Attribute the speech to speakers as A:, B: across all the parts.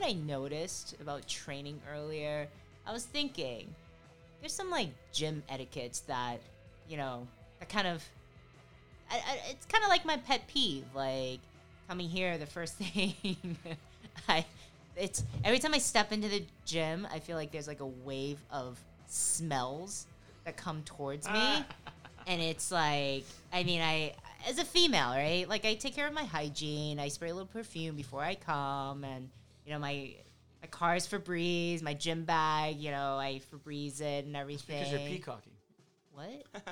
A: I noticed about training earlier, I was thinking there's some like gym etiquettes that, you know, that kind of, I, I, it's kind of like my pet peeve. Like coming here, the first thing I, it's every time I step into the gym, I feel like there's like a wave of smells that come towards me. and it's like, I mean, I, as a female, right? Like I take care of my hygiene. I spray a little perfume before I come, and you know my my car is Febreze, my gym bag. You know I Febreze it and everything.
B: Because you're peacocking.
A: What? What's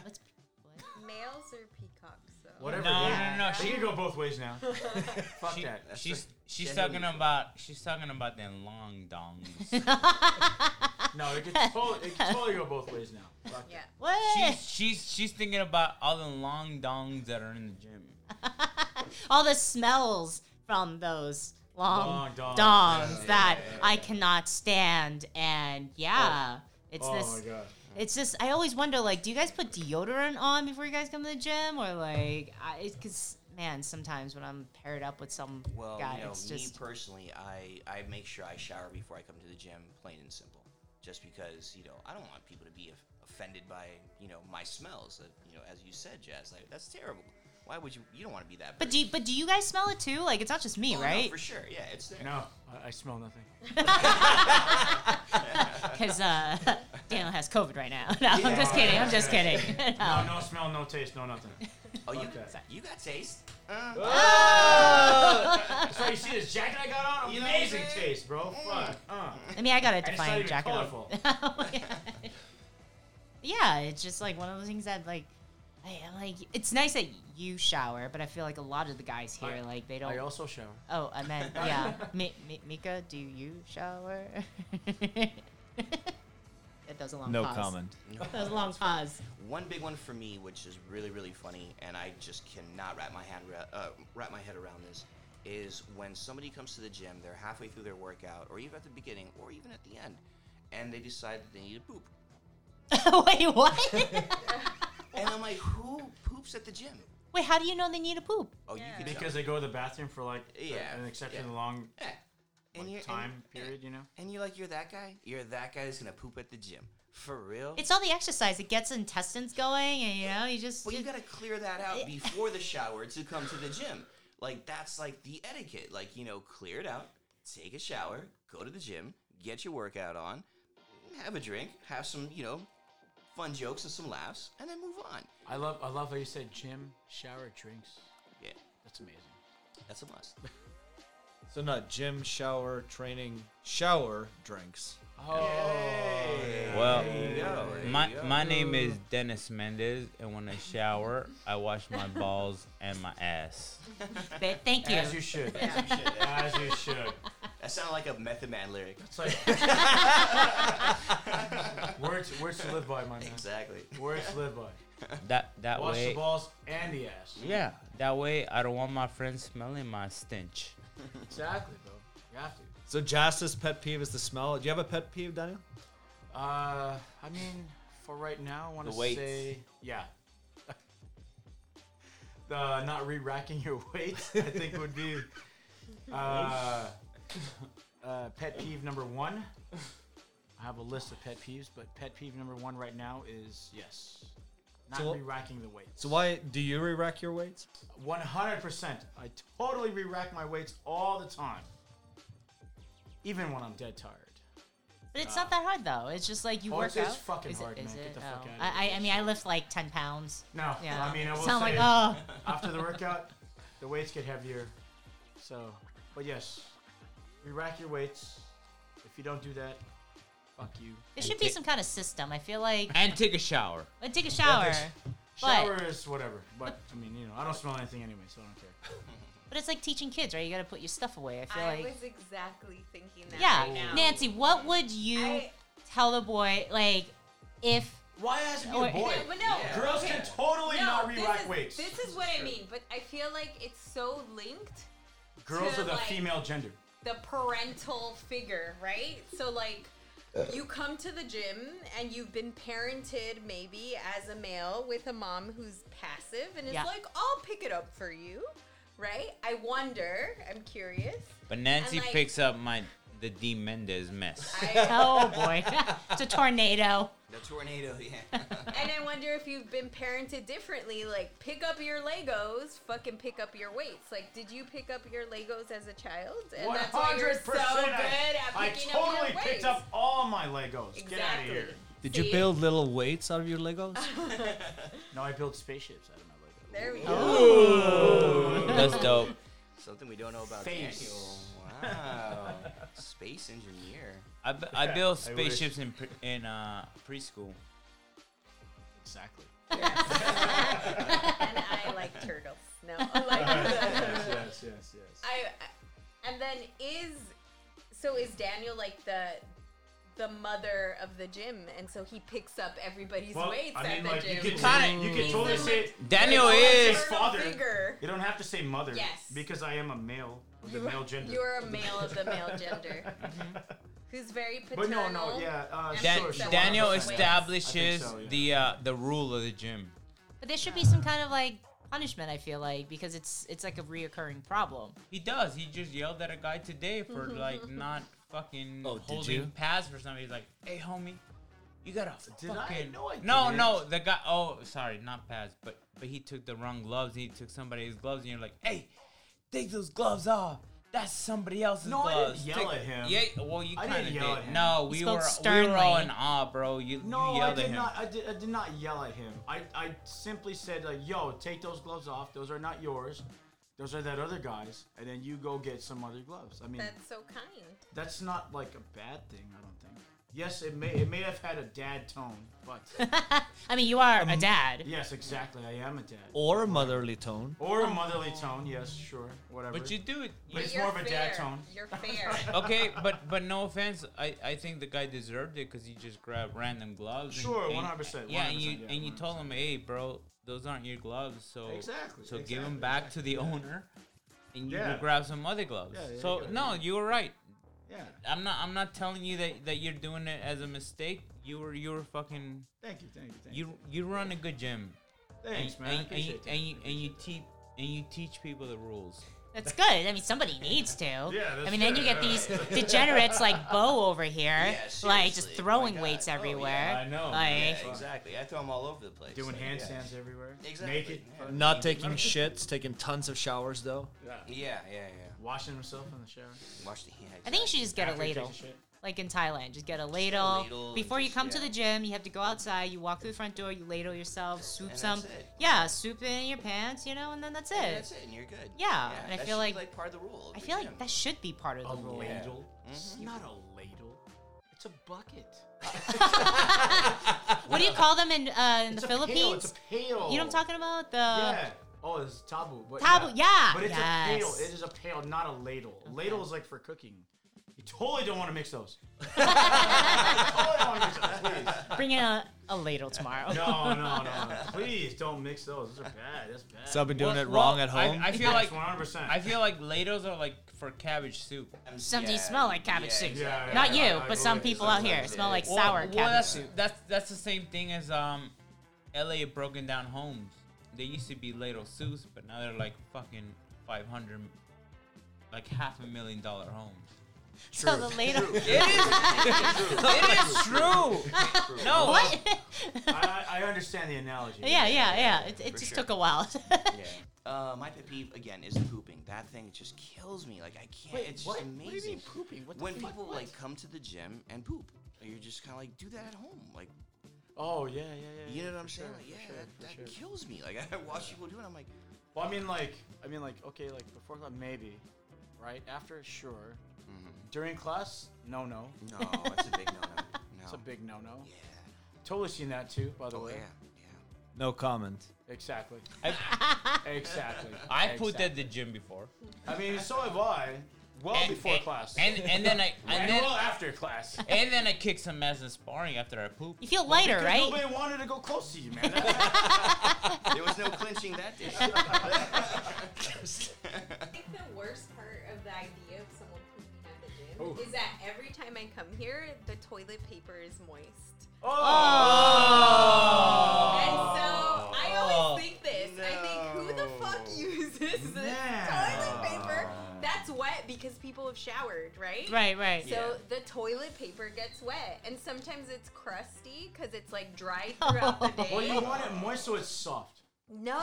A: what?
C: Males or peacocks? Though?
B: Whatever.
D: No,
B: yeah.
D: no, no, no,
B: She
D: she-
B: can go both ways now. Fuck
D: She,
B: that. That's
D: she's
B: just-
D: she's
B: gender
D: talking
B: neutral.
D: about she's talking about them long dongs.
B: No, it can totally, it can totally go both ways now. Fuck
C: Yeah.
B: that.
A: What?
D: she's she's she's thinking about all the long dongs that are in the gym.
A: All the smells from those long
B: Long dong.
A: dongs
B: Yeah.
A: that I cannot stand, and yeah, it's
B: Oh
A: this.
B: my god.
A: It's just I always wonder like, do you guys put deodorant on before you guys come to the gym, or like, I because man, sometimes when I'm paired up with some
E: Well,
A: guy,
E: you know,
A: it's
E: me
A: just
E: personally, I, I make sure I shower before I come to the gym, plain and simple. Just because, you know, I don't want people to be of- offended by, you know, my smells. Uh, you know, as you said, Jazz, like, that's terrible. Why would you, you don't want to be that
A: But do you, but do you guys smell it too? Like it's not just me,
E: Oh, no,
A: right?
E: for sure, yeah, it's there.
B: No, I, I smell nothing.
A: Because uh, Daniel has COVID right now. No, I'm
E: Yeah.
A: just kidding. I'm just
B: Yeah.
A: kidding.
B: No,
A: No.
B: no smell, no taste, no nothing.
E: Oh, you,
B: Fuck that.
E: you got taste. Uh,
B: Oh! That's why you see this jacket I got on?
E: You know what I'm
B: Amazing
E: saying?
B: taste, bro. Fuck. Uh.
A: I mean, I got a
B: And it's not
A: defiant
B: even
A: jacket. on.
B: colorful.
A: Oh, yeah. yeah, it's just like one of those things that like, I, I'm like it's nice that you shower, but I feel like a lot of the guys here
B: I-
A: like they don't.
B: I also shower.
A: oh, I meant yeah. Mi- Mi- Mika, do you shower? that was a long
F: No
A: pause.
F: comment.
A: That was a long pause.
E: One big one for me, which is really really funny, and I just cannot wrap my hand ra- uh, wrap my head around this, is when somebody comes to the gym, they're halfway through their workout, or even at the beginning, or even at the end, and they decide that they need to poop.
A: Wait, what?
E: And I'm like, who poops at the gym?
A: Wait, how do you know they need a poop?
E: Oh, you could
B: Because
E: tell.
B: they go to the bathroom for like a-
E: Yeah,
B: an exceptionally
E: yeah.
B: long
E: Yeah.
B: like,
E: And you're,
B: time
E: and,
B: period, you know?
E: and you're like, you're that guy. You're that guy that's gonna poop at the gym for real.
A: It's all the exercise. It gets intestines going, and you know, you just.
E: Well, you gotta clear that out before the shower to come to the gym. Like that's like the etiquette. Like you know, clear it out, take a shower, go to the gym, get your workout on, have a drink, have some you know, fun jokes and some laughs, and then move on.
B: I love I love how you said gym, shower, drinks.
E: Yeah,
B: That's amazing.
E: that's a must.
F: So not gym, shower, training, shower, drinks.
B: Oh,
D: Well,
E: go, there
D: my
E: you go.
D: my name is Dennis Mendez, and when I shower, I wash my balls and my ass.
A: Th- Thank you.
B: as you should. as you should.
E: That sounded like a Method Man lyric.
B: It's like words words to live by, my man.
E: Exactly.
B: Words to live by.
D: That that
B: Wash the
D: way,
B: balls and the ass.
D: yeah, that way I don't want my friends smelling my stench.
B: Exactly, bro. You have to.
F: So Jasta's pet peeve is the smell. Do you have a pet peeve, Daniel?
B: Uh, I mean, for right now, I want
D: The
B: to
D: weights.
B: say, yeah. the not re-racking your weights, I think, would be uh, uh, pet peeve number one. I have a list of pet peeves, but pet peeve number one right now is yes, not
F: So-
B: re-racking the weights.
F: So why do you re-rack your weights?
B: One hundred percent. I totally re-rack my weights all the time, even when I'm dead tired.
A: but it's not that hard though. It's just like you
B: Oh,
A: work
B: it's- it's
A: out.
B: fucking
A: is
B: hard,
A: it, is
B: man.
A: it?
B: Get the
A: oh.
B: fuck outta
A: I, I, I mean, I lift like ten pounds.
B: No,
A: Yeah.
B: I mean, I will
A: Sound like
B: say,
A: oh,
B: after the workout, the weights get heavier. So, but yes, we rack your weights. If you don't do that, fuck you.
A: there should be some kind of system. I feel like
D: And take a shower.
A: I take a shower,
B: Shower is whatever, but I mean, you know, I don't smell anything anyway, so I don't care.
A: but it's like teaching kids, right? You got to put your stuff away. I feel
C: I
A: like.
C: was exactly thinking that.
A: Yeah,
C: right now.
A: Nancy, what would you
C: I-
A: tell the boy like if?
B: Why has to be
A: Or-
B: a boy?
C: No, but no.
E: Yeah.
B: Girls
C: Oh, okay.
B: can totally not
C: this
B: re-rack
C: is-
B: weights.
C: This is what I mean, but I feel like it's so linked
B: Girls
C: to,
B: are the
C: like-
B: female gender.
C: the parental figure, right? So like you come to the gym and you've been parented maybe as a male with a mom who's passive and is
A: Yeah.
C: like, "I'll pick it up for you." Right? I wonder, I'm curious.
D: But Nancy
C: like-
D: picks up my the D Mendez mess.
C: I,
A: Oh boy, it's a tornado.
E: The tornado, yeah.
C: and I wonder if you've been parented differently. Like, pick up your Legos, fucking pick up your weights. Like, did you pick up your Legos as a child? And that's why you're so good at
B: I
C: picking up
B: totally
C: your weights.
B: picked up all my Legos.
C: exactly.
B: Get out of here.
F: Did
C: See?
F: you build little weights out of your Legos?
B: No, I build spaceships. I don't know. Legos.
C: There we go.
D: That's dope.
E: Something we don't know about
B: Space.
E: Daniel. Wow. Space engineer.
D: I, bu- I built
B: I wish.
D: spaceships in pre- in uh, preschool.
B: Exactly.
C: and I like turtles. No, like
B: yes, yes, yes, yes.
C: I. And then is so is Daniel like the the mother of the gym, and so he picks up everybody's
B: Well,
C: weights
B: I mean,
C: at the
B: like
C: gym.
B: you could
D: Kinda-
B: you could
C: He's
B: totally
C: the
B: say
D: Daniel
B: his
D: is.
C: Paternal
B: father.
C: figure.
B: You don't have to say mother.
C: Yes.
B: Because I am a male, of the
C: You-
B: male gender.
C: You're a male of the male gender, who's very
B: but
C: paternal.
B: no, no, yeah. Uh,
C: and
D: Dan-
B: sure, sure,
D: Daniel
B: 100%.
D: establishes
B: I think so, yeah.
D: the uh, the rule of the gym.
A: But there should be some kind of like punishment. I feel like because it's it's like a reoccurring problem.
D: He does. He just yelled at a guy today for like not fucking
F: Oh, did
D: holding
F: you?
D: pads for somebody. He's like, "Hey, homie, you gotta
B: Did I?
D: fucking
B: No, I
D: no,
B: didn't.
D: no." The guy. Oh, sorry, not pads, but but he took the wrong gloves. He took somebody's gloves, and you're like, "Hey, take those gloves off." That's somebody else's
B: No, I didn't
D: gloves.
B: yell
D: Take-
B: at him.
D: Yeah, well, you
B: I didn't
D: kind of did.
B: yell at him.
D: No,
A: He
D: we
A: spoke
D: were we were all
A: sternly.
D: in awe, bro. You
B: No,
D: you
B: I
D: yelled
B: did
D: at him.
B: not. I did, I did not yell at him. I, I simply said like, "Yo, take those gloves off. Those are not yours. Those are that other guy's. And then you go get some other gloves." I mean,
C: That's so kind.
B: that's not like a bad thing. I don't think. Yes, it may it may have had a dad tone, but
A: I mean, you are a dad.
B: yes, exactly. I am a dad
F: Or a motherly tone?
B: or a motherly tone. Yes, sure, whatever.
D: But you do it. you
B: But It's
C: You're
B: more of a dad
C: fair.
B: tone.
C: You're fair.
D: okay, but but no offense, I, I think the guy deserved it because he just grabbed random gloves. and-
B: Sure,
D: and-
B: 100%,
D: Yeah, and you
B: 100%, yeah,
D: and you told him, hey, bro, those aren't your gloves, so
B: Exactly,
D: so give
B: exactly,
D: them back to the owner, and you
B: Yeah.
D: will grab some other gloves.
B: Yeah, there
D: so
B: you go,
D: no, you were right.
B: yeah.
D: I'm not I'm not telling you that, that you're doing it as a mistake. You were you were fucking
B: Thank you, thank you, thank you.
D: you you run a good gym.
B: Thanks,
D: and,
B: man. I
D: And, and, you,
B: appreciate that.
D: and you and you teach and you teach people the rules.
A: That's good. I mean, somebody needs to.
B: that's
A: I mean, then you get these degenerates like Bo over here,
E: Yeah,
A: like just
E: seriously.
A: throwing
E: My God.
A: weights
E: Oh, yeah,
A: everywhere.
B: I know.
A: Like,
E: Yeah, exactly. I throw them all over the place.
B: Doing
E: Like,
B: handstands everywhere.
E: Yeah. Exactly.
B: Naked.
E: Yeah.
F: Not taking shits, taking tons of showers though.
E: Yeah, yeah, yeah.
B: Washing himself in the shower.
E: Watch the. Yeah,
A: I think you should just get a
B: After he takes
A: ladle,
B: shit.
A: like in Thailand. Just get a ladle.
E: ladle and
A: Before you
E: just-
A: come to
E: yeah.
A: the gym, you have to go outside. You walk through the front door. You ladle yourself. Swoop
E: And
A: some.
E: that's it.
A: Yeah, swoop it in your pants, you know, and then that's it.
E: And that's it, and you're good.
A: Yeah, and I
E: that
A: feel like-
E: should be, like part of the rule.
A: I feel like that should be part of
B: A
A: the rule.
E: Yeah.
B: ladle? It's not a ladle. It's a bucket.
A: What do you call them in uh, in
B: it's
A: the
B: a pail,
A: Philippines?
B: It's a pail.
A: You know what I'm talking about? The
B: Yeah. Oh, it's tabu. But
A: Tabu, yeah,
B: But it's a pail.
A: yes.
B: It is a pail, not a ladle. Ladle is like for cooking. You totally don't want to mix those. totally don't want to mix those, please.
A: bring in a, a ladle tomorrow.
B: No, no, no. Please don't mix those. Those are bad. That's bad.
F: So I've been doing
D: Well-
F: it wrong
D: well,
F: at home.
D: I, I feel like
B: 100%.
D: I feel like ladles are like for cabbage soup.
E: Um,
A: Sometimes you smell like cabbage soup.
B: Yeah,
A: Not you,
B: yeah, I- I
A: but some
B: believe it.
A: people out here
E: Sometimes it
A: smell like
E: is.
D: Well,
A: sour
D: well,
A: cabbage
D: that's,
A: soup.
D: That's that's the same thing as um, L.A. broken down homes. They used to be ladle soups, but now they're like fucking five hundred, like half a million dollar homes.
A: So the ladle.
D: it is true. no,
A: What?
B: I, I understand the analogy.
A: yeah, yeah, yeah. It, it
E: For
A: just
E: sure.
A: took a while.
E: Yeah. Uh, my pet peeve again is pooping. That thing just kills me. Like I can't.
B: Wait,
E: it's
B: what?
E: just amazing.
B: What do you mean pooping? What the
E: when
B: fuck?
E: people
B: What?
E: like come to the gym and poop, you're just kind of like do that at home. Like
B: Oh yeah, yeah, yeah.
E: you know
B: yeah,
E: what I'm
B: for
E: saying?
B: sure,
E: Like,
B: for
E: yeah,
B: sure, for
E: that, that
B: sure.
E: kills me. Like I watch people do it. I'm like,
B: Well, I mean, like, I mean, like, okay, like before class, maybe, right? After, sure. During class, no, no,
E: "Mm-hmm." no, it's a big no. No, no.
B: it's a big no-no.
E: Yeah.
B: Totally seen that too, by the
E: Oh
B: way.
E: yeah. Yeah.
F: no comment.
B: Exactly.
D: I-
B: exactly.
D: I pooped at
B: exactly.
D: the gym before.
B: I mean, so have I. Well
D: And-
B: before
D: and-
B: class.
D: and and then I and
B: And
D: then
B: well after class.
D: and then I kicked some ass in sparring after I pooped.
A: you feel lighter,
B: Because
A: right?
B: Nobody wanted to go close to you, man. That's-
E: There was no clinching that day.
C: I think the worst part of the idea of someone pooping at the gym
B: Oh.
C: is that every time I come here, the toilet paper is moist.
B: oh.
C: And so I always think this. I think who the
E: No.
C: fuck uses this
B: No.
C: toilet paper that's wet because people people have showered, right?
A: Right, right.
C: So
E: Yeah.
C: the toilet paper gets wet, and sometimes it's crusty because it's like dry throughout the day.
B: Well, you want it moist so it's soft.
C: No.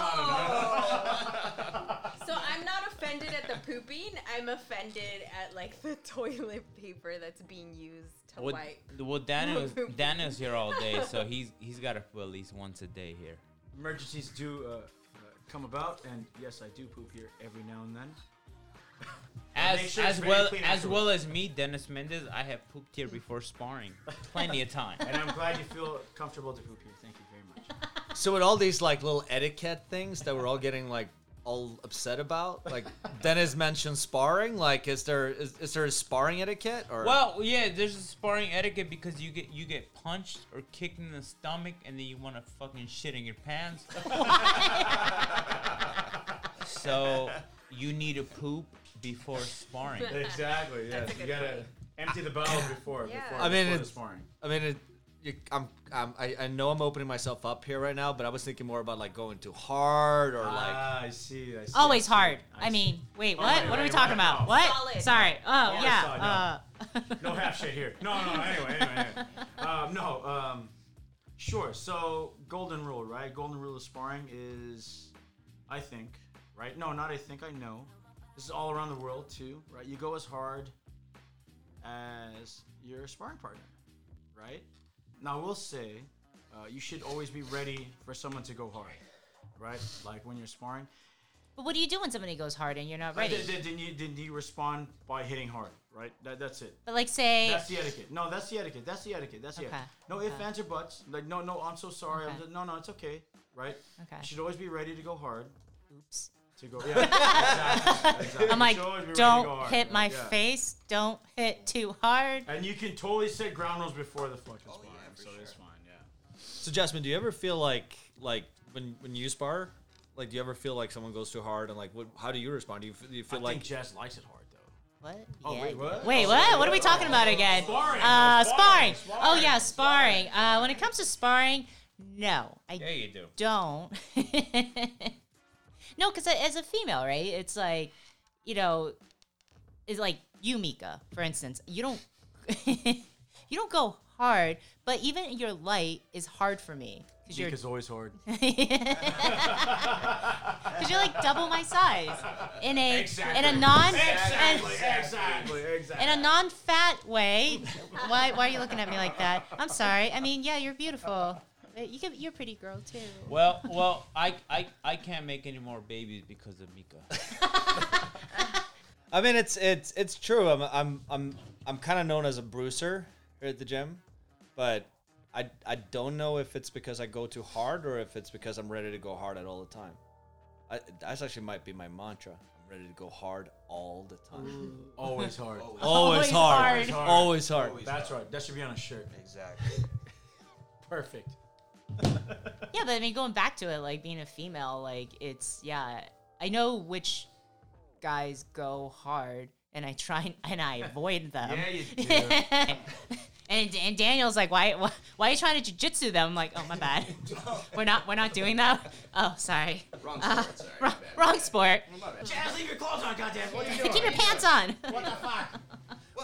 C: so I'm not offended at the pooping. I'm offended at like the toilet paper that's being used to
D: Well,
C: wipe.
D: well, Daniel's Daniel's here all day, so he's he's got to poo at least once a day here.
B: Emergencies do uh, uh, come about, and yes, I do poop here every now and then. make
D: As
B: sure it's
D: as
B: very
D: well
B: clean
D: as
B: afterwards.
D: well as me, Dennis Mendez, I have pooped here before sparring, plenty of time.
B: And I'm glad you feel comfortable to poop here. Thank you very much.
F: So with all these like little etiquette things that we're all getting like all upset about, like Dennis mentioned sparring. Like, is there is, is there a sparring etiquette or
D: Well, yeah, there's a sparring etiquette because you get you get punched or kicked in the stomach, and then you want to fucking shit in your pants. so you need to poop before sparring.
B: Exactly. Yes,
C: a You good gotta point.
B: empty the bowel before.
C: Yeah.
B: before
C: I
F: mean,
B: before
F: it-
B: the sparring.
F: I mean, it, you, I'm, I'm I, I know I'm opening myself up here right now, but I was thinking more about like going too hard or like
B: ah, I see. I see.
A: Always
B: I see.
A: hard.
B: I
A: I,
B: see.
A: mean, wait,
B: Oh,
A: what?
B: wait,
A: what are we
B: wait,
A: talking
B: wait,
A: about?
B: no.
A: What?
C: Solid.
A: Sorry. Oh,
B: Solid,
A: yeah.
B: solid,
A: uh,
B: no half shit here. No, no. Anyway, anyway. anyway. Um, no. Um, sure. So golden rule, right? Golden rule of sparring is, I think, right? No, not I think. I know. This is all around the world too, right? You go as hard as your sparring partner, right? Now, I will say, uh, you should always be ready for someone to go hard, right? Like when you're sparring.
A: but what do you do when somebody goes hard and you're not
B: Right.
A: ready?
B: Then, then you, then you respond by hitting hard, right? That, that's it.
A: But like, say,
B: That's the etiquette. No, that's the etiquette. That's the etiquette. That's the
A: Okay.
B: etiquette. No ifs,
A: Okay.
B: ands, or buts. Like, no, no, I'm so sorry. I'm
A: Okay.
B: just, no, no, it's okay. Right?
A: Okay.
B: You should always be ready to go hard.
A: oops.
B: To go, yeah. exactly, exactly.
A: I'm
B: You
A: like,
B: should always be ready to
A: don't
B: go hard,
A: hit
B: right?
A: my
B: Yeah.
A: face. Don't hit too hard.
B: And you can totally set ground rules before the fucking
E: Oh,
B: spar,
E: yeah, for
B: so it's
E: sure.
B: fine. Yeah.
F: So Jasmine, do you ever feel like like when when you spar, like do you ever feel like someone goes too hard and like what? How do you respond? Do you, f- do you feel
B: I
F: like
B: think Jess likes it hard though.
A: What?
B: Oh, wait, what?
A: Wait,
B: Oh,
A: what? What are we talking about again?
B: Sparring,
A: Uh,
B: no,
A: sparring.
B: sparring,
A: Oh yeah,
B: sparring,
A: sparring. Uh, when it comes to sparring, no, I
D: Yeah, you do.
A: don't. no, because as a female, right? It's like, you know, it's like you, Mika, for instance. You don't, you don't go hard, but even your light is hard for me because you're
B: Mika's always hard.
A: because you're like double my size in a
B: Exactly.
A: in a non
B: exactly,
A: and-
B: exactly, exactly.
A: in a non-fat way. why, why are you looking at me like that? I'm sorry. I mean, yeah, you're beautiful. Uh, You can, you're a pretty girl too.
D: Well, well, I, I, I can't make any more babies because of Mika.
F: I mean, it's it's it's true. I'm I'm I'm I'm kind of known as a bruiser here at the gym, but I I don't know if it's because I go too hard or if it's because I'm ready to go hard at all the time. I, that's actually might be my mantra. I'm ready to go hard all the time.
B: always hard.
A: Always
F: Always hard.
A: hard.
F: Always hard.
E: Always.
B: That's right. That should be on a shirt.
E: Exactly.
B: Perfect.
A: Yeah, but I mean, going back to it, like being a female, like it's yeah. I know which guys go hard, and I try and I avoid them.
B: Yeah, you do.
A: And, and Daniel's like, why, why, why are you trying to jujitsu them? I'm like, oh my bad, we're not, we're not doing that. Oh, sorry,
E: Wrong
A: Uh,
E: sport. Sorry.
A: wrong,
E: my bad, my
A: wrong
E: bad.
A: sport.
E: My bad.
B: Jazz, leave your clothes on, goddamn. What are you doing?
A: Keep your pants on.
B: What the fuck?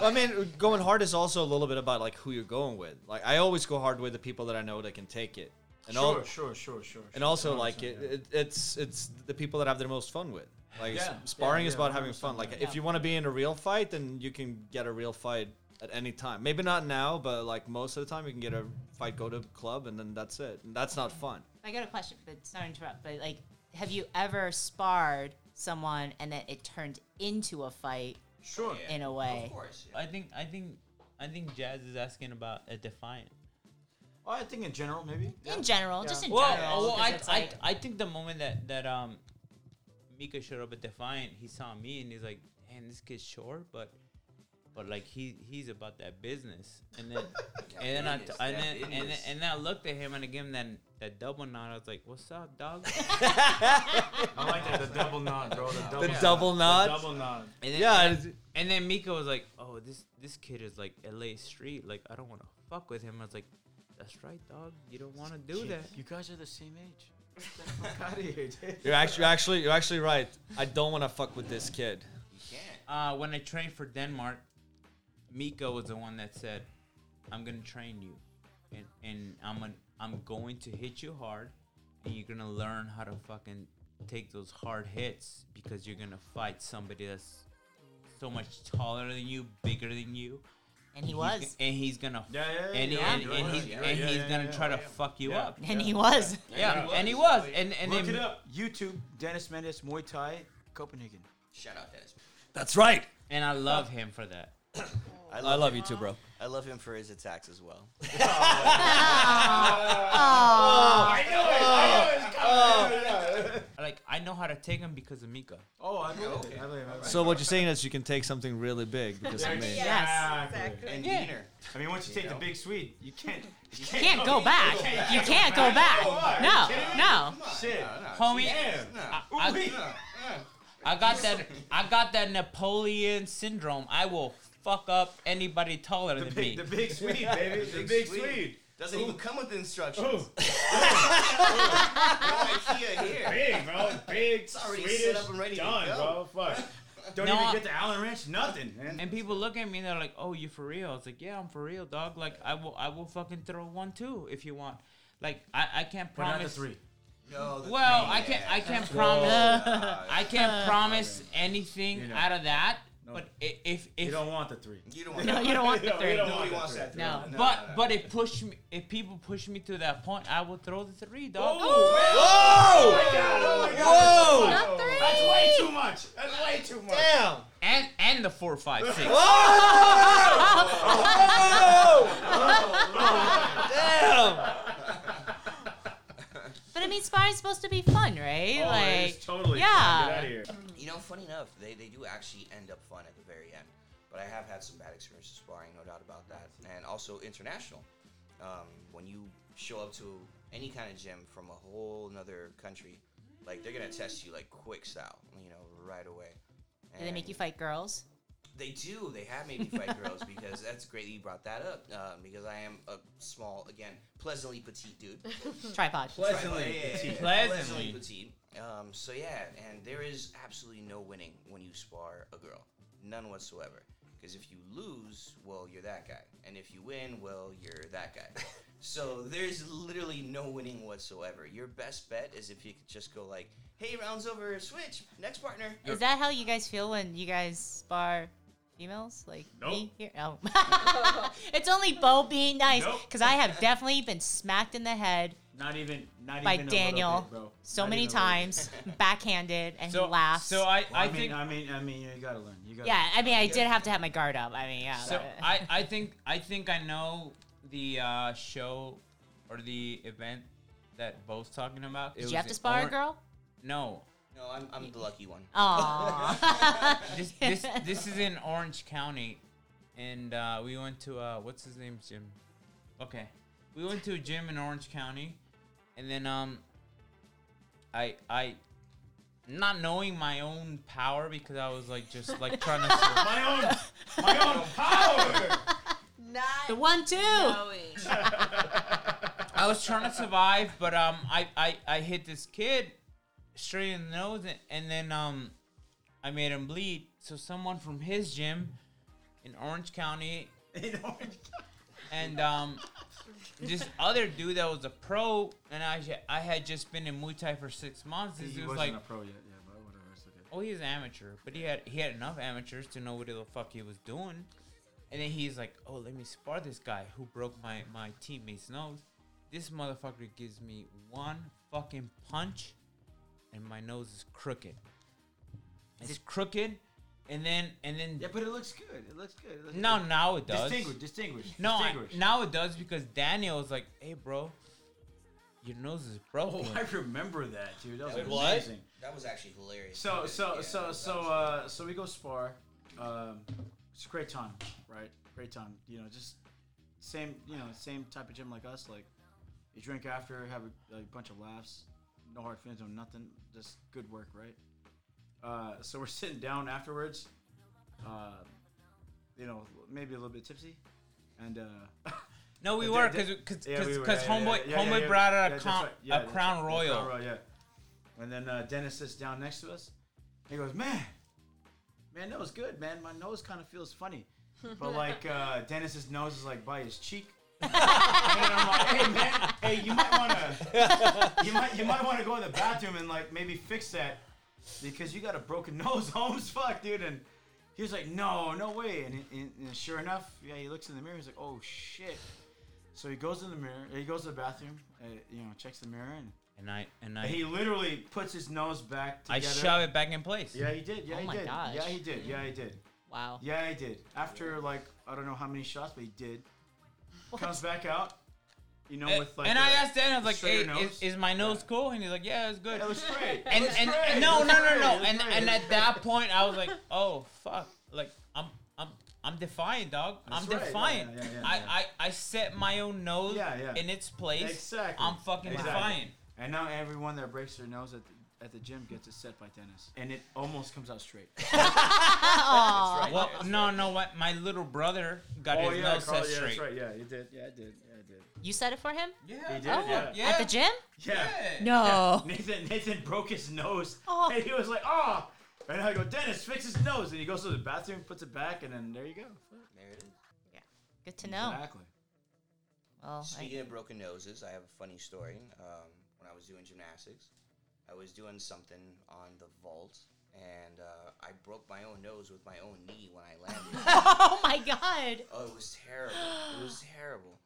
F: I mean, going hard is also a little bit about like who you're going with. Like I always go hard with the people that I know that can take it, and all
B: Sure, sure, sure, sure.
F: and also like it, it, it's it's the people that have the most fun with like s-
B: Yeah,
F: sparring
B: yeah,
F: is
B: yeah,
F: about having
B: 100%
F: fun like
B: right.
F: if you want to be in a real fight then you can get a real fight at any time maybe not now but like most of the time you can get a fight go to a club and then that's it and that's not fun
A: I got a question, but sorry to interrupt. But like, have you ever sparred someone and then it turned into a fight
B: sure.
E: Yeah.
A: in a way?
E: Of course. Yeah.
D: I think, I think, I think Jazz is asking about a defiant.
B: Well, Oh, I think in general, maybe.
A: In general, just in
D: Well,
A: general.
D: well,
A: 'cause
D: I,
A: it's
D: I,
A: like-
D: I think the moment that that um, Mika showed up at Defiant, he saw me and he's like, "Damn, this kid's short, but but like he he's about that business." And then and then I t-
E: business,
D: and
E: that
D: then, and then
E: business.
D: and then I looked at him and I gave him that that double nod. I was like, "What's up, dog?"
B: I like that. The double nod, bro. The double,
F: the double nod
B: The double nod.
D: And then,
F: yeah
D: and,
F: it's-
D: and then Mika was like, "Oh, this this kid is like L.A. Street. Like I don't want to fuck with him." I was like, "That's right, dog. You don't want to do
B: Shit,
D: that."
B: You guys are the same age. Get the fuck outta here, dude.
F: you're actually you're actually you're actually right i don't want to fuck with this kid
E: You can't.
D: uh, when I trained for Denmark, Mika was the one that said, "I'm gonna train you, and and I'm gonna, I'm going to hit you hard, and you're gonna learn how to fucking take those hard hits because you're gonna fight somebody that's so much taller than you, bigger than you,
A: And he
D: He's
A: was.
D: g- and he's gonna,
B: Yeah, yeah, yeah,
D: and,
B: yeah,
D: and,
B: you're
D: and
B: right,
D: he's,
B: you're right,
D: and
B: yeah,
D: he's
B: yeah,
D: gonna
B: yeah,
D: try to
B: yeah.
D: fuck you
B: Yeah.
D: up.
A: And he was.
D: Yeah,
E: he
D: and he
E: was.
D: was, and and
B: Look
D: then-
B: it up. YouTube, Dennis Mendes, Muay Thai, Copenhagen.
E: Shout out Dennis.
F: That's right.
D: and I love him for that.
E: I
F: I
E: love,
F: love you too, bro.
E: I love him for his attacks as well.
F: Oh.
B: I know it. I know it.
D: Like I know how to take him because of Mika.
B: Oh, I know.
E: Okay.
B: I believe it.
F: So what you're saying is you can take something really big because of me.
A: Yes.
C: Exactly.
E: And
D: Yeah.
E: Wiener.
B: I mean, once you take the big Swede, you can't. You
A: You
B: can't,
A: can't go back. You can't go back. No, no.
B: Shit.
D: Homie,
E: Uh, No.
D: I, I got that. I got that Napoleon syndrome. I will fuck up anybody taller
B: The
D: than
B: big,
D: me.
B: the big Swede, baby. The big Swede.
E: Doesn't even come with instructions.
G: Oh,
E: No IKEA here.
G: big, bro. Big.
E: It's already
G: Swedish.
E: set up and ready to
G: done,
E: go.
G: bro. Fuck.
B: Don't
D: No,
B: even
D: I-
B: get the Allen Ranch. Nothing, man.
D: and people look at me and they're like, "Oh, you for real?" I was like, "Yeah, I'm for real, dog. Like, I will, I will fucking throw one too if you want. Like, I, I can't
B: But not the
D: promise.
B: three.
E: No, the
D: Well,
E: three,
D: I can't,
E: yeah.
D: I can't promise,
E: Uh,
D: I can't promise anything
B: You know.
D: out of that.
B: No.
D: But i- if
B: You
D: if
B: don't want the three.
E: you don't want
A: No,
E: that.
A: you don't want the
G: Yeah, we
A: three.
G: don't
E: Nobody
G: want
E: wants that.
A: No.
E: three.
D: but but it pushed me. If people push me to that point, I will throw the three, dog.
G: Oh my
F: Whoa!
G: God.
C: Not three.
B: That's way too much. That's way too much.
F: Damn!
D: And and the four, five, six.
F: Damn!
A: But I mean, sparring's supposed to be fun, right?
G: Oh, it
A: like,
G: is totally.
A: yeah.
G: Fun. Get out of here.
E: You know, funny enough, they, they do actually end up fun at the very end. But I have had some bad experiences sparring, no doubt about that. And also international. Um, when you show up to any kind of gym from a whole another country, like they're gonna test you like quick style, you know, right away.
A: do they make
E: And-
A: you fight girls?
E: They do. They have made me fight girls because that's great that you brought that up. Um, because I am a small, again, pleasantly petite dude.
A: Tripod.
E: Pleasantly petite.
D: Pleasantly.
E: petite. Um, so yeah, and there is absolutely no winning when you spar a girl, none whatsoever. Because if you lose, well, you're that guy, and if you win, well, you're that guy. so there's literally no winning whatsoever. Your best bet is if you could just go like, "Hey, rounds over, switch, next partner."
A: Is that how you guys feel when you guys spar females? Like me here? Oh. it's only Bo being nice
B: Nope.
A: because I have definitely been smacked in the head
B: Not even, not
A: by
B: even a little
A: Daniel
B: bit, bro.
A: so
B: Not
A: many
B: even a little bit.
A: times, backhanded, and
D: So
A: he laughs.
D: so I
B: Well,
D: I,
B: I, mean,
D: think
B: I mean, I mean, you gotta learn. You gotta.
A: yeah, I mean, I did have to have my guard up. I mean, yeah.
D: So
A: but- uh,
D: I, I think I think I know the uh, show or the event that Bo's talking about. It
A: did
D: was
A: you have
D: in
A: to spar
D: Or-
A: a girl?
D: No.
E: No, I'm, I'm the lucky one.
A: Aw.
D: This this this is in Orange County, and uh, we went to uh, what's his name's gym. Okay, we went to a gym in Orange County, and then um. I I, not knowing my own power because I was like just like trying to. sur-
B: My own, my own power.
C: Not
A: the one, two.
C: knowing.
D: I was trying to survive, but um, I, I, I hit this kid straight in the nose, and, and then um, I made him bleed. So someone from his gym in Orange County,
B: In Orange
D: and um, this other dude that was a pro, and I, ju- I had just been in Muay Thai for six months. This
B: He
D: dude
B: wasn't
D: was like,
B: a pro yet, yeah, but whatever. It's okay.
D: oh, he's an amateur, but he had he had enough amateurs to know what the fuck he was doing. And then he's like, oh, let me spar this guy who broke my my teammate's nose. This motherfucker gives me one fucking punch, and my nose is crooked. It's crooked, and then and then
B: Yeah, but it looks good. It looks good. It looks
D: now
B: good.
D: now it does.
B: distinguish, distinguish,
D: No, I,
B: distinguish.
D: now it does because Daniel was like, hey, bro, your nose is broken.
B: oh, I remember that, dude. That was
F: Wait, what?
B: amazing.
E: That was actually hilarious.
B: So
E: because,
B: so
E: yeah, that
B: so
E: was
B: so
E: actually-
B: uh so we go spar. Um, it's a great time, right? Great time. You know, just same you know same type of gym like us. Like you drink after, have a, a bunch of laughs, no hard feelings, no nothing, just good work, right? Uh, so we're sitting down afterwards. Uh, you know, maybe a little bit tipsy, and uh,
D: No, we
B: Yeah,
D: were
B: d- d-
D: because because
B: yeah, we were, yeah, yeah,
D: homeboy
B: yeah, yeah,
D: homeboy
B: yeah,
D: brought
B: yeah,
D: out a,
B: that's
D: con-
B: right, yeah,
D: a
B: that's
D: crown
B: right,
D: royal.
B: Crown Royal, yeah. And then uh, Dennis sits down next to us. He goes, "Man, man, that was good, man. My nose kind of feels funny. But like uh, Dennis's nose is like by his cheek. and then I'm like, hey man, hey, you might wanna you might you might wanna go in the bathroom and like maybe fix that because you got a broken nose, Holmes. Fuck, dude. And he was like, no, no way. And, and, and sure enough, yeah, he looks in the mirror. He's like, oh shit. So he goes in the mirror. He goes to the bathroom. Uh, you know, checks the mirror, and
D: And I and I
B: he literally puts his nose back
D: I
B: together.
D: shove it back in place.
B: Yeah, he did. Yeah,
A: Oh
B: he
A: my
B: did.
A: gosh.
B: Yeah, he did. Yeah, he did.
A: Wow.
B: Yeah, he did. After like I don't know how many shots, but he did. Comes back out. You know,
D: And,
B: with like.
D: and
B: I
D: I asked Dan, I was like,
B: straight
D: hey,
B: nose.
D: is, is my nose cool? And he's like, yeah, it's good.
B: It was great.
D: and
B: it was
D: and
B: great. It
D: no, no,
B: was
D: no,
B: great. It
D: no.
B: was
D: And
B: great.
D: and at that point, I was like, oh fuck, like I'm I'm I'm defiant, dog. I'm
B: That's right, yeah,
D: defiant.
B: yeah, yeah, yeah, yeah.
D: I, I I set my own nose
B: Yeah, yeah.
D: in its place.
B: Exactly.
D: I'm fucking
B: Exactly.
D: defiant.
B: And now everyone that breaks their nose at the, at the gym gets it set by Dennis, and it almost comes out straight.
A: Aw.
E: That's right.
D: Well,
E: That's
D: no, no. What my little brother got
B: oh
D: his
B: yeah,
D: nose
B: Carl,
D: set
B: yeah,
D: straight.
B: that's right. Yeah, you did. Yeah, I did. Yeah, I did.
A: You said it for him?
D: Yeah,
B: He did, Oh, yeah.
D: yeah.
A: At the gym?
B: Yeah.
A: No.
B: Nathan Nathan broke his nose,
A: Oh.
B: and he was like, "Oh!" And I go, "Dennis, fix his nose." And he goes to the bathroom, puts it back, and then there you go.
E: There it is.
A: Good to know.
B: Exactly.
A: Well, I,
E: Speaking of broken noses, I have a funny story. Um, when I was doing gymnastics, I was doing something on the vault, and uh, I broke my own nose with my own knee when I landed.
A: oh my god.
E: Oh, it was terrible. It was terrible.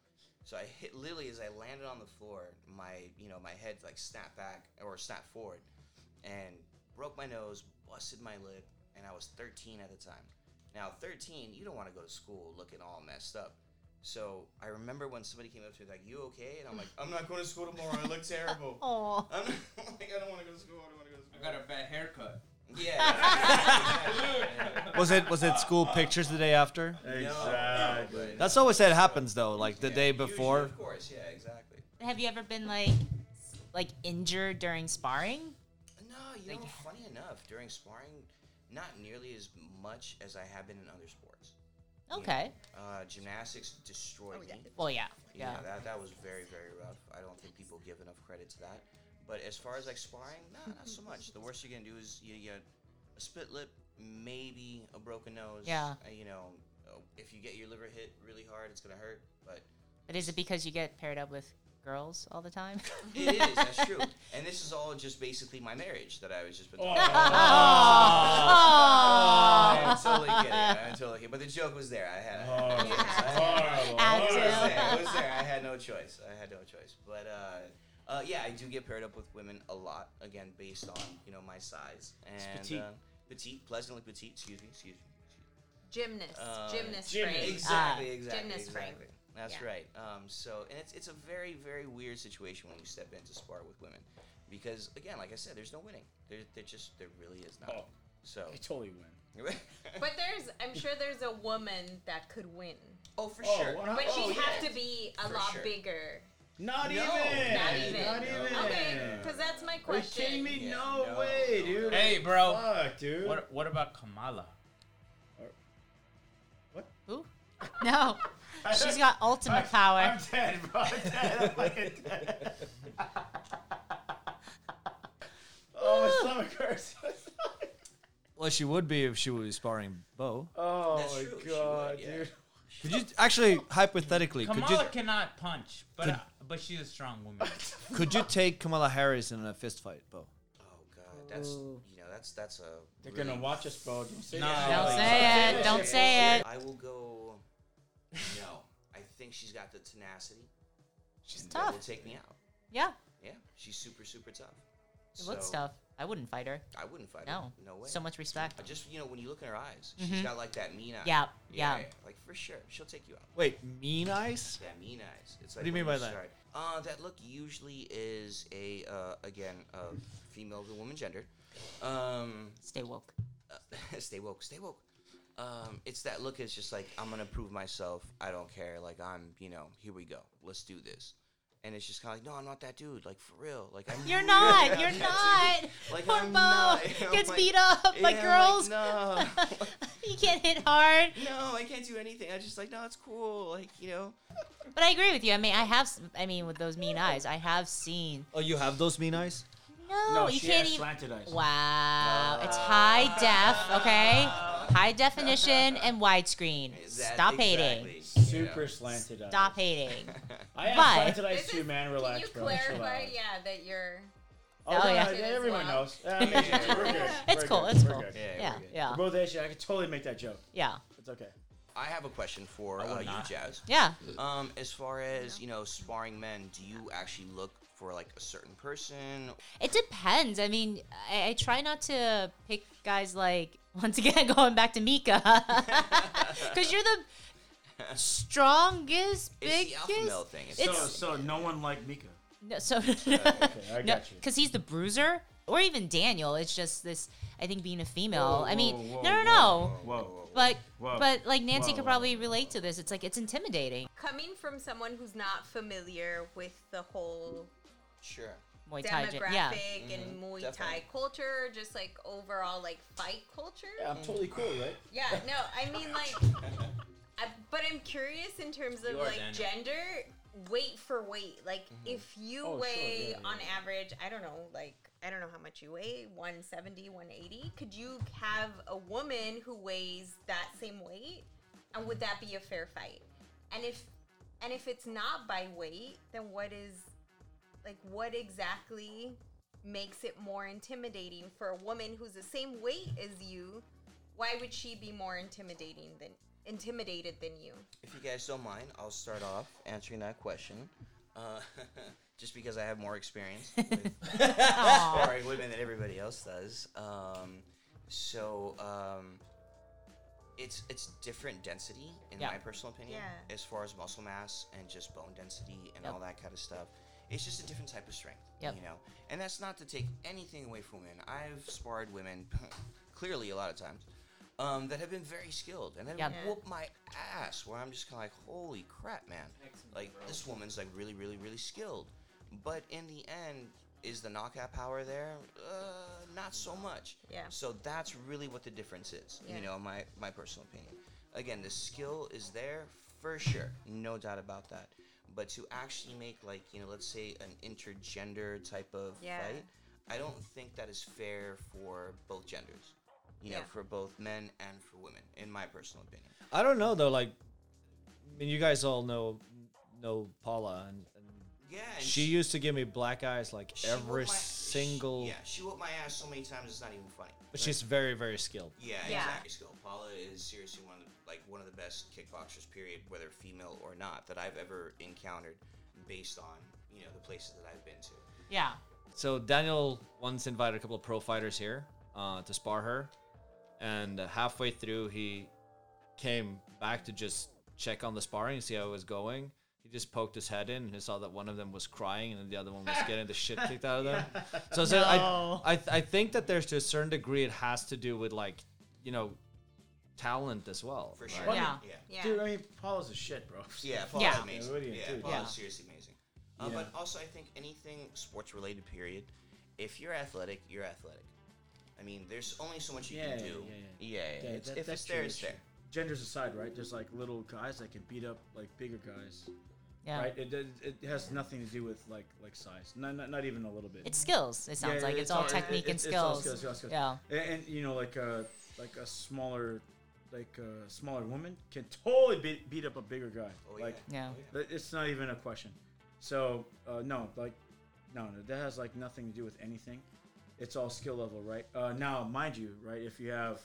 E: So I hit Lily as I landed on the floor. My, you know, my head like snapped back or snapped forward, and broke my nose, busted my lip, and I was 13 at the time. Now, 13, you don't want to go to school looking all messed up. So I remember when somebody came up to me like, "You okay?" And I'm like, "I'm not going to school tomorrow. I look terrible.
A: Oh.
E: I'm not, like, I don't want to go to school. I don't want to go to school."
D: I got a bad haircut.
E: yeah.
F: Was it was it school pictures the day after?
E: Exactly.
F: That's always that happens though, like the day before.
E: Of course, yeah, exactly.
A: Have you ever been like like injured during sparring?
E: No, you
A: Like-
E: know, funny enough, during sparring, not nearly as much as I have been in other sports. You know,
A: Okay.
E: Uh, gymnastics destroyed
C: yeah.
E: me.
A: Well, yeah.
E: Yeah,
A: Yeah.
E: that, that was very, very rough. I don't think people give enough credit to that. But as far as like sparring, nah, not so much. The worst you're going to do is you get a split lip, maybe a broken nose.
A: Yeah.
E: uh, you know, uh, if you get your liver hit really hard, it's going to hurt. But
A: But is it because you get paired up with girls all the time?
E: it is, that's true. And this is all just basically my marriage that I was just been talking about.
A: Oh.
E: I totally get it. I totally get it. But the joke was there. I had.
B: Oh,
E: I, was there. I was there. I had no choice. I had no choice. But uh, uh, yeah, I do get paired up with women a lot. Again, based on you know my size and
B: petite.
E: uh, petite, pleasantly petite. Excuse me. Excuse me.
C: Gymnast.
E: Uh,
C: gymnast.
B: gymnast.
C: frame.
E: Exactly. exactly.
C: Ah, Gymnast frame.
E: exactly. That's
C: Yeah.
E: right. Um, so, and it's it's a very very weird situation when you step in to spar with women, because again, like I said, there's no winning. There, there just there really is not.
B: Oh.
E: So.
B: I totally win.
C: But there's, I'm sure there's a woman that could win.
E: oh, for
B: Oh,
E: sure.
B: one
C: But
B: Oh,
C: she'd have
E: yeah.
C: to be a
E: For
C: lot
E: sure.
C: bigger.
B: Not
E: No,
B: even.
E: not
C: even.
B: Not
E: No.
B: even.
C: Okay, because that's my
B: Are you kidding me?
C: question.
E: Yeah,
B: no,
E: no,
B: way,
E: no,
B: dude.
E: no.
D: Hey, bro.
B: Fuck, dude.
D: What what about Kamala?
A: Who? No. She's got ultimate power.
B: I'm dead, bro. I'm dead. I'm fucking dead. oh, my stomach hurts.
F: Well, she would be if she was sparring Bo.
B: oh
E: That's
B: my
E: true, she would,
B: god,
E: yeah.
B: dude.
F: Could you actually hypothetically could you
D: Kamala cannot punch, but
F: Could-
D: uh, but she's a strong woman.
F: could you take Kamala Harris in a fist fight, Bo?
E: Oh god, that's you know that's that's a.
B: They're
E: really-
B: gonna watch us, bro. Don't say
D: No.
B: that.
A: Don't
D: Oh,
A: say it. Don't say it.
E: I will go. No, I think she's got the tenacity.
A: She's
E: and that
A: tough.
E: Will take me out.
A: Yeah.
E: Yeah, she's super super tough.
A: She looks
E: So,
A: tough. I wouldn't fight her.
E: I wouldn't fight
A: No.
E: her. No way.
A: So much respect.
E: I just you know when you look in her eyes, she's got like that mean eye.
A: Yeah, yeah.
E: Like for sure, she'll take you out.
F: Wait, mean eyes?
E: That mean eyes. It's
F: What
E: like
F: do you mean
E: when
F: by that?
E: start- Uh, that look usually is a uh, again a female to woman gender. Um,
A: Stay woke.
E: uh, stay woke, stay woke. Um, it's that look. It's just like I'm gonna prove myself. I don't care. Like I'm, you know, here we go. Let's do this. And it's just kind of like, no, I'm not that dude. Like for real. Like I'm.
A: You're
E: really
A: not. You're
E: that dude.
A: not.
E: Like,
A: Poor
E: I'm
A: Bo
E: not. I'm
A: gets
E: like-
A: beat up by
E: Yeah,
A: girls.
E: I'm like, no.
A: you can't hit hard.
E: no, I can't do anything. I just like, no, it's cool. Like you know.
A: But I agree with you. I mean, I have. s- I mean, with those mean eyes, I have seen.
F: Oh, you have those mean eyes?
A: No,
B: No,
A: Oh, you
B: she
A: can't e
B: has
A: even.
E: Uh.
B: slanted eyes.
A: Wow, it's high Uh, def. Okay, High definition and widescreen.
E: That-
A: Stop
E: exactly,
A: hating.
E: you know.
B: Super slanted eyes.
A: Stop hating.
B: I have
A: But-
B: slanted eyes
C: This
B: too,
C: is-
B: man. Relax,
C: Can you
B: bro. Chill
C: clarify,
B: out.
C: yeah, that you're.
B: Oh,
A: Oh,
B: no,
A: yeah.
B: no, Everyone
C: Well.
B: knows. Uh, I'm Asian. We're good.
A: It's
B: We're
A: cool,
B: good.
A: it's
B: We're
A: cool.
B: good.
E: Yeah,
A: Yeah,
E: we're good.
A: yeah,
B: We're both Asian. I could totally make that joke.
A: yeah,
B: It's okay.
E: I have a question for
D: I will
E: uh, you,
D: not.
E: Jazz.
A: yeah.
E: Um, as far as you know, sparring men, do you actually look for like a certain person?
A: It depends. I mean, I, I try not to pick guys like once again going back to Mika, because you're the strongest,
E: It's the
A: biggest.
E: alpha male thing. It's,
A: It's-
B: So, so no one like Mika.
A: No, so
B: I
A: no,
B: got you.
A: because he's the bruiser, or even Daniel. It's just this. I think being a female. I mean,
B: Whoa, whoa,
A: no, no,
B: whoa,
A: no.
B: Whoa.
A: But
B: Whoa.
A: but like Nancy
B: Whoa,
A: could
B: whoa,
A: probably relate to this. It's like it's intimidating.
C: Coming from someone who's not familiar with the whole
E: sure.
A: Muay Thai, gym.
C: demographic
A: yeah,
C: and Muay Thai
E: definitely.
C: culture, just like overall like fight culture.
B: Yeah, I'm totally cool, right?
C: Yeah, no, I mean like, I, but I'm curious in terms of
D: You are, Mm-hmm.
C: like
D: Daniel.
C: gender, weight for weight. Like, if you
B: Oh, sure,
C: weigh
B: yeah, yeah,
C: on average, I don't know, like I don't know how much you weigh, 170, 180. Could you have a woman who weighs that same weight, and would that be a fair fight? And if and if it's not by weight, then what is like what exactly makes it more intimidating for a woman who's the same weight as you? Why would she be more intimidating than intimidated than you?
E: If you guys don't mind, I'll start off answering that question. Uh, just because I have more experience with sparring women than everybody else does. Um, so um, it's it's different density in
A: Yeah.
E: my personal opinion,
C: Yeah.
E: as far as muscle mass and just bone density and
A: Yep.
E: all that kind of stuff. It's just a different type of strength,
A: Yep.
E: you know. And that's not to take anything away from women. I've sparred women, clearly a lot of times, um, that have been very skilled and have
A: Yep.
C: Yeah.
E: whoop my ass. Where I'm just kind of like, holy crap, man! Like this woman's like really, really, really skilled. But in the end, is the knockout power there? Uh, not so much.
C: Yeah.
E: So that's really what the difference is.
C: Yeah.
E: You know, my my personal opinion. Again, the skill is there for sure, no doubt about that. But to actually make like you know, let's say an intergender type of
C: Yeah.
E: fight, I don't think that is fair for both genders. You know,
C: Yeah.
E: for both men and for women, in my personal opinion.
F: I don't know though. Like, I mean, you guys all know know Paula, and, and
E: Yeah. and
F: she used to give me black eyes like
E: she whooped
F: every
E: my-
F: single.
E: She, yeah, she whooped my ass so many times it's not even funny.
F: But she's very very skilled.
E: Yeah,
C: Yeah.
E: exactly. Skill. Paula is seriously one of the, like one of the best kickboxers, period, whether female or not, that I've ever encountered, based on you know the places that I've been to.
A: yeah.
F: So Daniel once invited a couple of pro fighters here uh, to spar her, and halfway through he came back to just check on the sparring and see how it was going. He just poked his head in and he saw that one of them was crying and the other one was getting the shit kicked out of them. So, I said,
A: No.
F: I, I I think that there's to a certain degree it has to do with like you know talent as well.
E: For
F: right?
E: sure.
A: Yeah.
E: Yeah.
C: Yeah.
B: Dude, I mean, Paula's a shit, bro.
E: Yeah, Paula's
A: Yeah.
E: amazing.
B: Yeah, what do you
E: yeah,
B: do?
E: Paula's
A: Yeah.
E: seriously amazing. Uh,
B: Yeah.
E: But also, I think anything sports related, period. If you're athletic, you're athletic. I mean, there's only so much you
B: Yeah,
E: can do.
B: yeah,
E: Yeah, yeah.
B: Yeah,
E: it's,
B: that-
E: if
B: that's
E: it's there,
B: true,
E: it's
B: that's
E: there.
B: true. Genders aside, right? There's like little guys that can beat up like bigger guys,
A: Yeah.
B: right? It, it, it has nothing to do with like like size, not, not, not even a little bit.
A: It's skills. It sounds
B: Yeah,
A: like
B: yeah,
A: it's, all
B: it-
A: technique
B: it-
A: and
B: it's all
A: skills.
B: skills, skills, skills.
A: Yeah.
B: And, and, you know, like a like a smaller, like a smaller woman can totally beat, beat up a bigger guy.
E: Oh,
B: like
A: Yeah.
B: th- it's not even a question. So uh, no, like no, no, that has like nothing to do with anything. It's all skill level, right? Uh, now, mind you, right? If you have,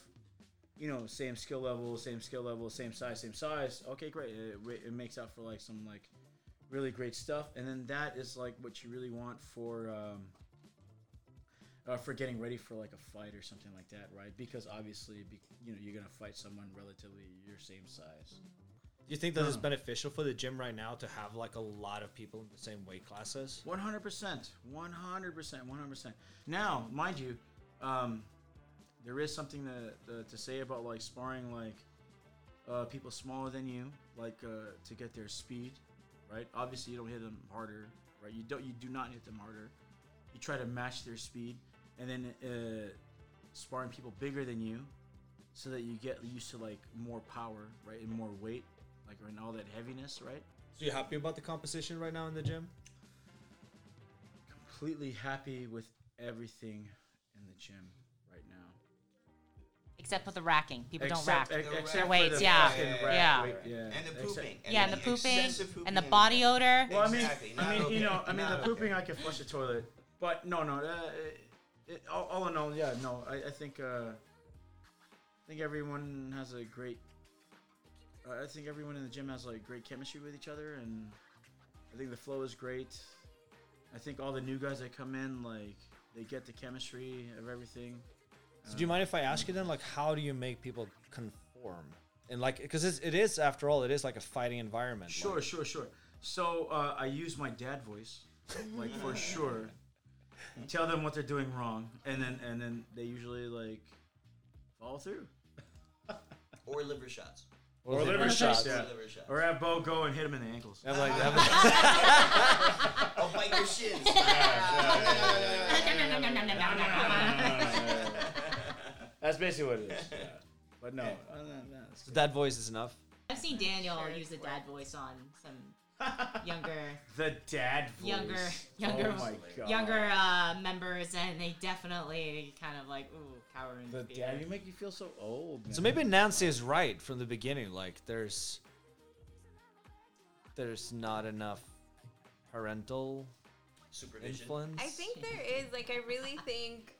B: you know, same skill level, same skill level, same size, same size. Okay, great. It, it it makes out for like some like really great stuff, and then that is like what you really want for. Um, uh, for getting ready for like a fight or something like that, right? Because obviously, be, you know, you're gonna fight someone relatively your same size.
F: Do you think that it's
B: No.
F: beneficial for the gym right now to have like a lot of people in the same weight classes?
B: One hundred percent. One hundred percent. One hundred percent. Now, mind you, um, there is something to, to, to say about like sparring like uh, people smaller than you, like uh, to get their speed, right? Obviously, you don't hit them harder, right? You don't. You do not hit them harder. You try to match their speed, and then uh, sparring people bigger than you, so that you get used to like more power, right, and more weight, like and all that heaviness, right?
F: So you happy about the composition right now in the gym?
B: completely happy with everything in the gym right now.
A: except for the racking. People
G: Except-
A: don't rack.
G: ex-
E: The
G: Except
E: rack.
G: for
A: Wait,
G: the
A: yeah.
G: fucking rack
A: Yeah.
G: weight, yeah.
E: And the
G: Except-
E: pooping.
A: yeah, and the pooping
E: excessive
A: and the
E: pooping
A: body odor.
G: Well, I mean,
E: Exactly,
G: I
E: not
G: mean, you
E: okay,
G: know, I mean, the
E: not
G: pooping,
E: okay.
G: I can flush the toilet, but no, no, uh, it, it, all, all in all, yeah, no, I, I think, uh, I think everyone has a great, uh, I think everyone in the gym has like great chemistry with each other, and I think the flow is great. I think all the new guys that come in, like, they get the chemistry of everything.
F: So do you mind if I ask you then, like, how do you make people conform? And like, because it is, after all, it is like a fighting environment.
G: Sure,
F: Like,
G: sure, sure. So uh, I use my dad voice, like for sure. Tell them what they're doing wrong, and then and then they usually like follow through.
E: Or liver shots.
F: or
G: liver
F: liver
G: shots.
F: shots.
G: Yeah.
E: Or liver shots.
G: Or have Bo go and hit him in the ankles.
F: I'm like, I'm like-
E: I'll bite your shins.
G: That's basically what it is. But no, other than that, it's good.
F: that voice is enough.
A: I've seen Daniel use the dad voice on some younger,
G: the dad voice.
A: Younger- younger-
G: Oh my god.
A: younger uh, members, and they definitely kind of like ooh, cower in
G: The
A: fear.
G: dad. You make you feel so old.
F: So
G: man.
F: maybe Nancy is right from the beginning. Like, there's, there's not enough parental
E: Supervision.
F: influence.
C: I think there is like I really think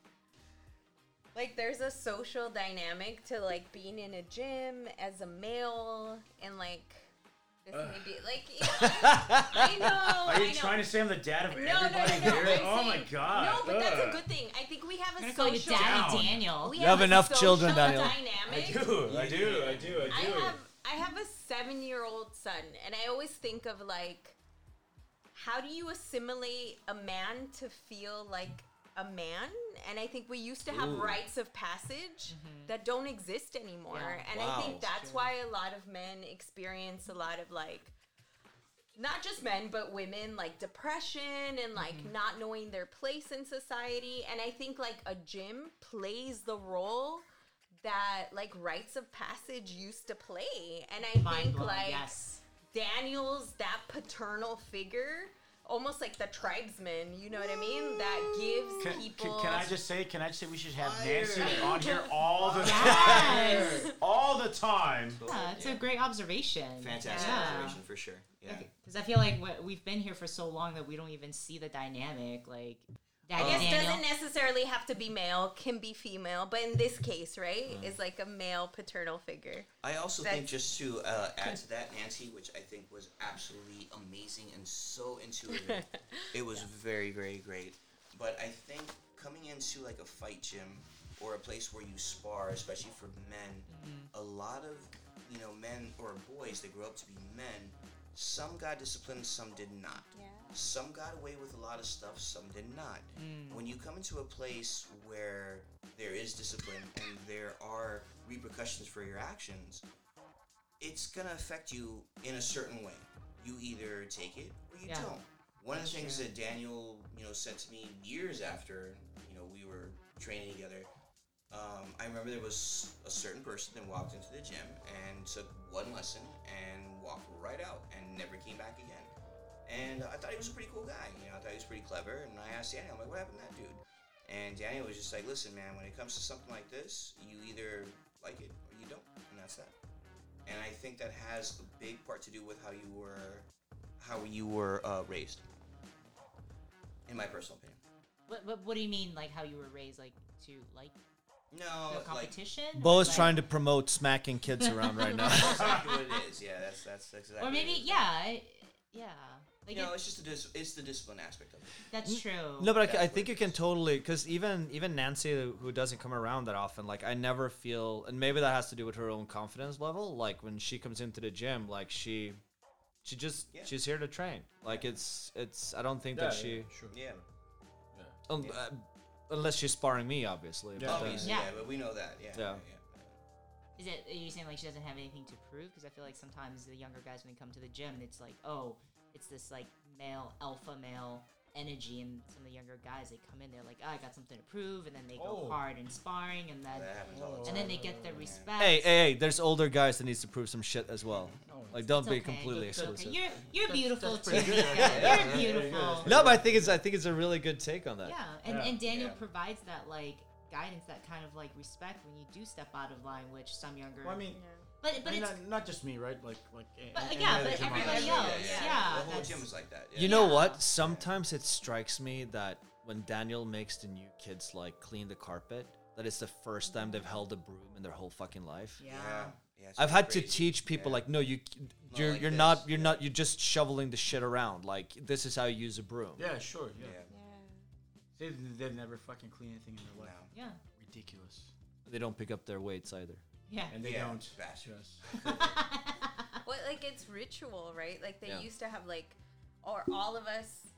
C: like there's a social dynamic to like being in a gym as a male and like this may be like I know.
G: Are
C: I
G: you
C: know.
G: trying to say I'm the dad of
C: no, no, no, no.
G: everybody
C: I'm
G: here? Oh
C: saying-
G: my god.
C: No, but that's a
G: Ugh.
C: good thing. I think we have
A: I'm
C: a
A: gonna
C: social.
A: call you Daddy
G: Down.
A: Daniel.
C: We
F: You have
C: a
F: enough
C: social
F: children, Daniel.
C: Dynamic.
G: do, I do, I do,
C: I have I have a seven year old son, and I always think of like, how do you assimilate a man to feel like a man? And I think we used to have rites of passage that don't exist anymore,
A: Yeah.
C: and I think that's why a lot of men experience a lot of like. Not just men, but women, like depression and like
A: Mm-hmm.
C: not knowing their place in society. And I think like a gym plays the role that like rites of passage used to play and i
A: Mind
C: think
A: blown.
C: like
A: yes.
C: daniel's that paternal figure almost like the tribesman you know what i mean that gives
B: Can, can-
C: people
B: can I just say? Can I just say we should have
E: Fire.
B: Nancy on here all the time,
A: Yes.
B: all the time.
A: Yeah, it's a great observation.
E: Fantastic
A: Yeah.
E: observation for sure. Yeah.
A: Because I feel like we- we've been here for so long that we don't even see the dynamic. Like, Daddy
E: Oh.
C: I guess
A: Daniel.
C: doesn't necessarily have to be male can be female but in this case right
A: Mm.
C: is like a male paternal figure
E: I also
C: That's-
E: think just to uh, add to that, Nancy, which I think was absolutely amazing and so intuitive. it was very, very great. But I think coming into like a fight gym or a place where you spar, especially for men,
A: Mm-hmm.
E: a lot of you know men or boys that grew up to be men, some got disciplined, some did not. Some got away with a lot of stuff, some did not. When you come into a place where there is discipline and there are repercussions for your actions, it's gonna affect you in a certain way. You either take it or you
A: Yeah.
E: don't. One of the things that Daniel, you know, said to me years after, you know, we were training together. Um, I remember there was a certain person that walked into the gym and took one lesson and walked right out and never came back again. And I thought he was a pretty cool guy. You know, I thought he was pretty clever. And I asked Daniel, I'm like, what happened to that dude? And Daniel was just like, listen, man, when it comes to something like this, you either like it or you don't, and that's that. And I think that has a big part to do with how you were, how you were uh, raised. In my personal opinion.
A: What, what, what do you mean, like, how you were raised, like, to, like,
E: No,
A: the
E: Oh, like
A: competition?
F: Bo
A: Or,
F: is
A: like-
F: trying to promote smacking kids around right now.
E: exactly what it is. Yeah, that's that's that's exactly.
A: Or maybe,
E: what it is.
A: yeah. I- Yeah. Like,
E: No,
A: it-
E: it's just the dis- it's the discipline aspect of it.
A: that's true.
F: No, but I c- I,
E: That's
F: think
E: what
F: you
E: it
F: can
E: is.
F: totally because even even Nancy, who doesn't come around that often, like I never feel, and maybe that has to do with her own confidence level. Like when she comes into the gym, like she, she just
E: Yeah.
F: she's here to train. Like it's it's I don't think that
G: Yeah,
F: she
G: sure.
E: Yeah,
F: un-
E: Yeah.
F: uh, unless she's sparring me, obviously.
G: Yeah.
F: but uh, then-
E: obviously.
A: Yeah.
E: Yeah. but we know that. Yeah.
F: Yeah.
A: Is it, are you saying, like, she doesn't have anything to prove? Because I feel like sometimes the younger guys, when they come to the gym, it's like, oh, it's this, like, male, alpha male energy. And some of the younger guys, they come in, they're like, oh, I got something to prove. And then they go
G: Oh.
A: hard in sparring. And then,
E: That happens all the time.
A: and then they get their respect.
F: Hey, hey, hey! There's older guys that needs to prove some shit as well. Like, don't
A: It's
F: be
A: okay.
F: completely
A: It's okay.
F: exclusive.
A: You're you're beautiful too.
B: pretty good.
A: Mika.
B: Yeah,
A: You're
B: yeah, yeah,
A: beautiful.
F: No, but I think it's I think it's a really good take on that.
A: Yeah, and
G: Yeah.
A: and Daniel
E: Yeah.
A: provides that like guidance, that kind of like respect when you do step out of line, which some younger.
B: Well, I mean,
A: but but
B: and
A: it's
B: not, not just me, right? Like like. a-
A: but,
B: a- any
A: yeah,
B: other
A: but
B: gym
A: everybody
B: owner.
A: else, yeah.
C: Yeah, yeah,
E: the whole
A: that's-
E: gym is like that. Yeah.
F: You know
A: Yeah.
F: what? Sometimes it strikes me that when Daniel makes the new kids like clean the carpet, that it's the first time they've held a broom in their whole fucking life.
A: yeah.
E: Yeah. Yeah, it's
F: I've had to
E: crazy.
F: teach
E: Yeah.
F: people like, no, you, you're
E: like
F: you're
E: this,
F: not you're
E: yeah.
F: not you're just shoveling the shit around. Like this is how you use a broom.
B: Yeah, sure. Yeah.
E: Yeah.
B: They've, they've never fucking cleaned anything in their life.
E: No.
A: yeah.
B: Ridiculous.
F: They don't pick up their weights either.
A: Yeah.
B: And they
E: Yeah,
B: don't.
E: bastards.
C: Well, like it's ritual, right? Like they
F: Yeah.
C: used to have like, or all of us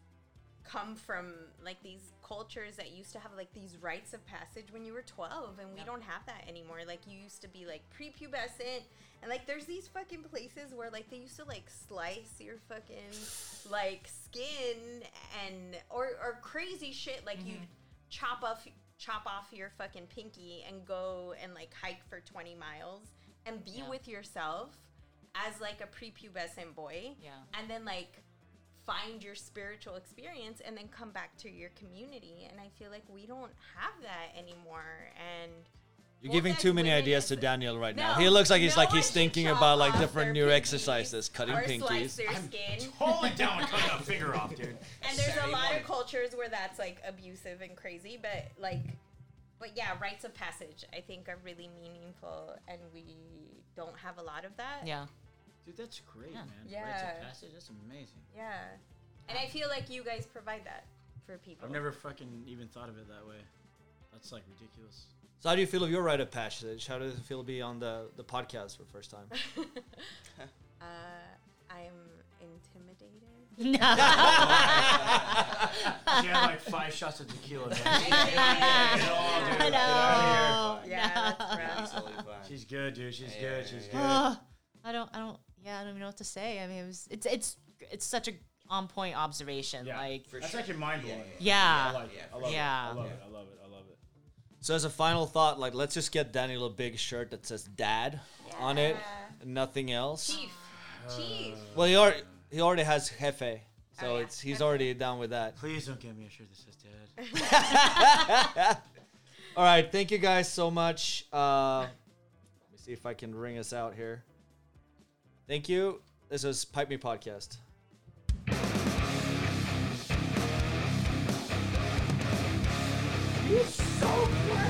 C: come from like these cultures that used to have like these rites of passage when you were 12 and we
A: Yeah.
C: don't have that anymore like you used to be like prepubescent and like there's these fucking places where like they used to like slice your fucking like skin and or or crazy shit like you
A: Mm-hmm.
C: chop off chop off your fucking pinky and go and like hike for 20 miles and be
A: Yeah.
C: with yourself as like a prepubescent boy
A: Yeah.
C: and then like find your spiritual experience and then come back to your community and i feel like we don't have that anymore and
F: You're
C: Well,
F: giving
C: that's
F: too many
C: women
F: ideas to
C: as-
F: Daniel right now.
C: No,
F: He looks like he's
C: no
F: like
C: one
F: he's
C: should
F: thinking
C: chop
F: about like
C: off
F: different
C: their
F: new
C: pinkies
F: exercises, cutting
C: or slice
F: pinkies.
C: their skin
B: Totally down with cutting a finger off, dude.
C: and there's a
E: Saturday
C: lot
E: morning.
C: of cultures where that's like abusive and crazy but like but yeah rites of passage i think are really meaningful and we don't have a lot of that
A: Yeah.
B: Dude, that's great,
A: Yeah.
B: man. Rites
C: Yeah.
B: of passage, that's amazing.
C: yeah and i feel like you guys provide that for people
B: I've never fucking even thought of it that way. That's like ridiculous.
F: So how do you feel of your rite of passage? How does it feel to be on the, the podcast for the first time?
C: uh, i'm intimidated
A: No.
B: She had like five shots of tequila. man.
A: no.
C: yeah that's rough
E: It's totally fine.
B: She's good, dude. She's
E: Yeah,
B: good.
E: yeah,
B: She's
E: yeah,
B: good.
A: Ugh. I don't. I don't. Yeah, I don't even know what to say. I mean, it was. It's. It's. It's such a on point observation.
B: Yeah.
A: Like.
E: For
B: That's
E: sure.
B: actually mind blowing.
E: Yeah, yeah,
A: Yeah.
B: I like it.
E: Yeah,
B: I love
A: Yeah.
B: it. I love it. I love it. I love it.
F: So as a final thought, like let's just get Daniel a big shirt that says "Dad" on it,
C: Yeah.
F: and nothing else.
C: chief chief
F: Well, he already he already has Jefe, so
C: Oh, yeah.
F: it's he's
C: Okay.
F: already down with that.
B: Please don't get me a shirt that says dad.
F: All right, thank you guys so much. Uh, let me see if I can ring us out here. Thank you. This is Pipe Me Podcast.
C: so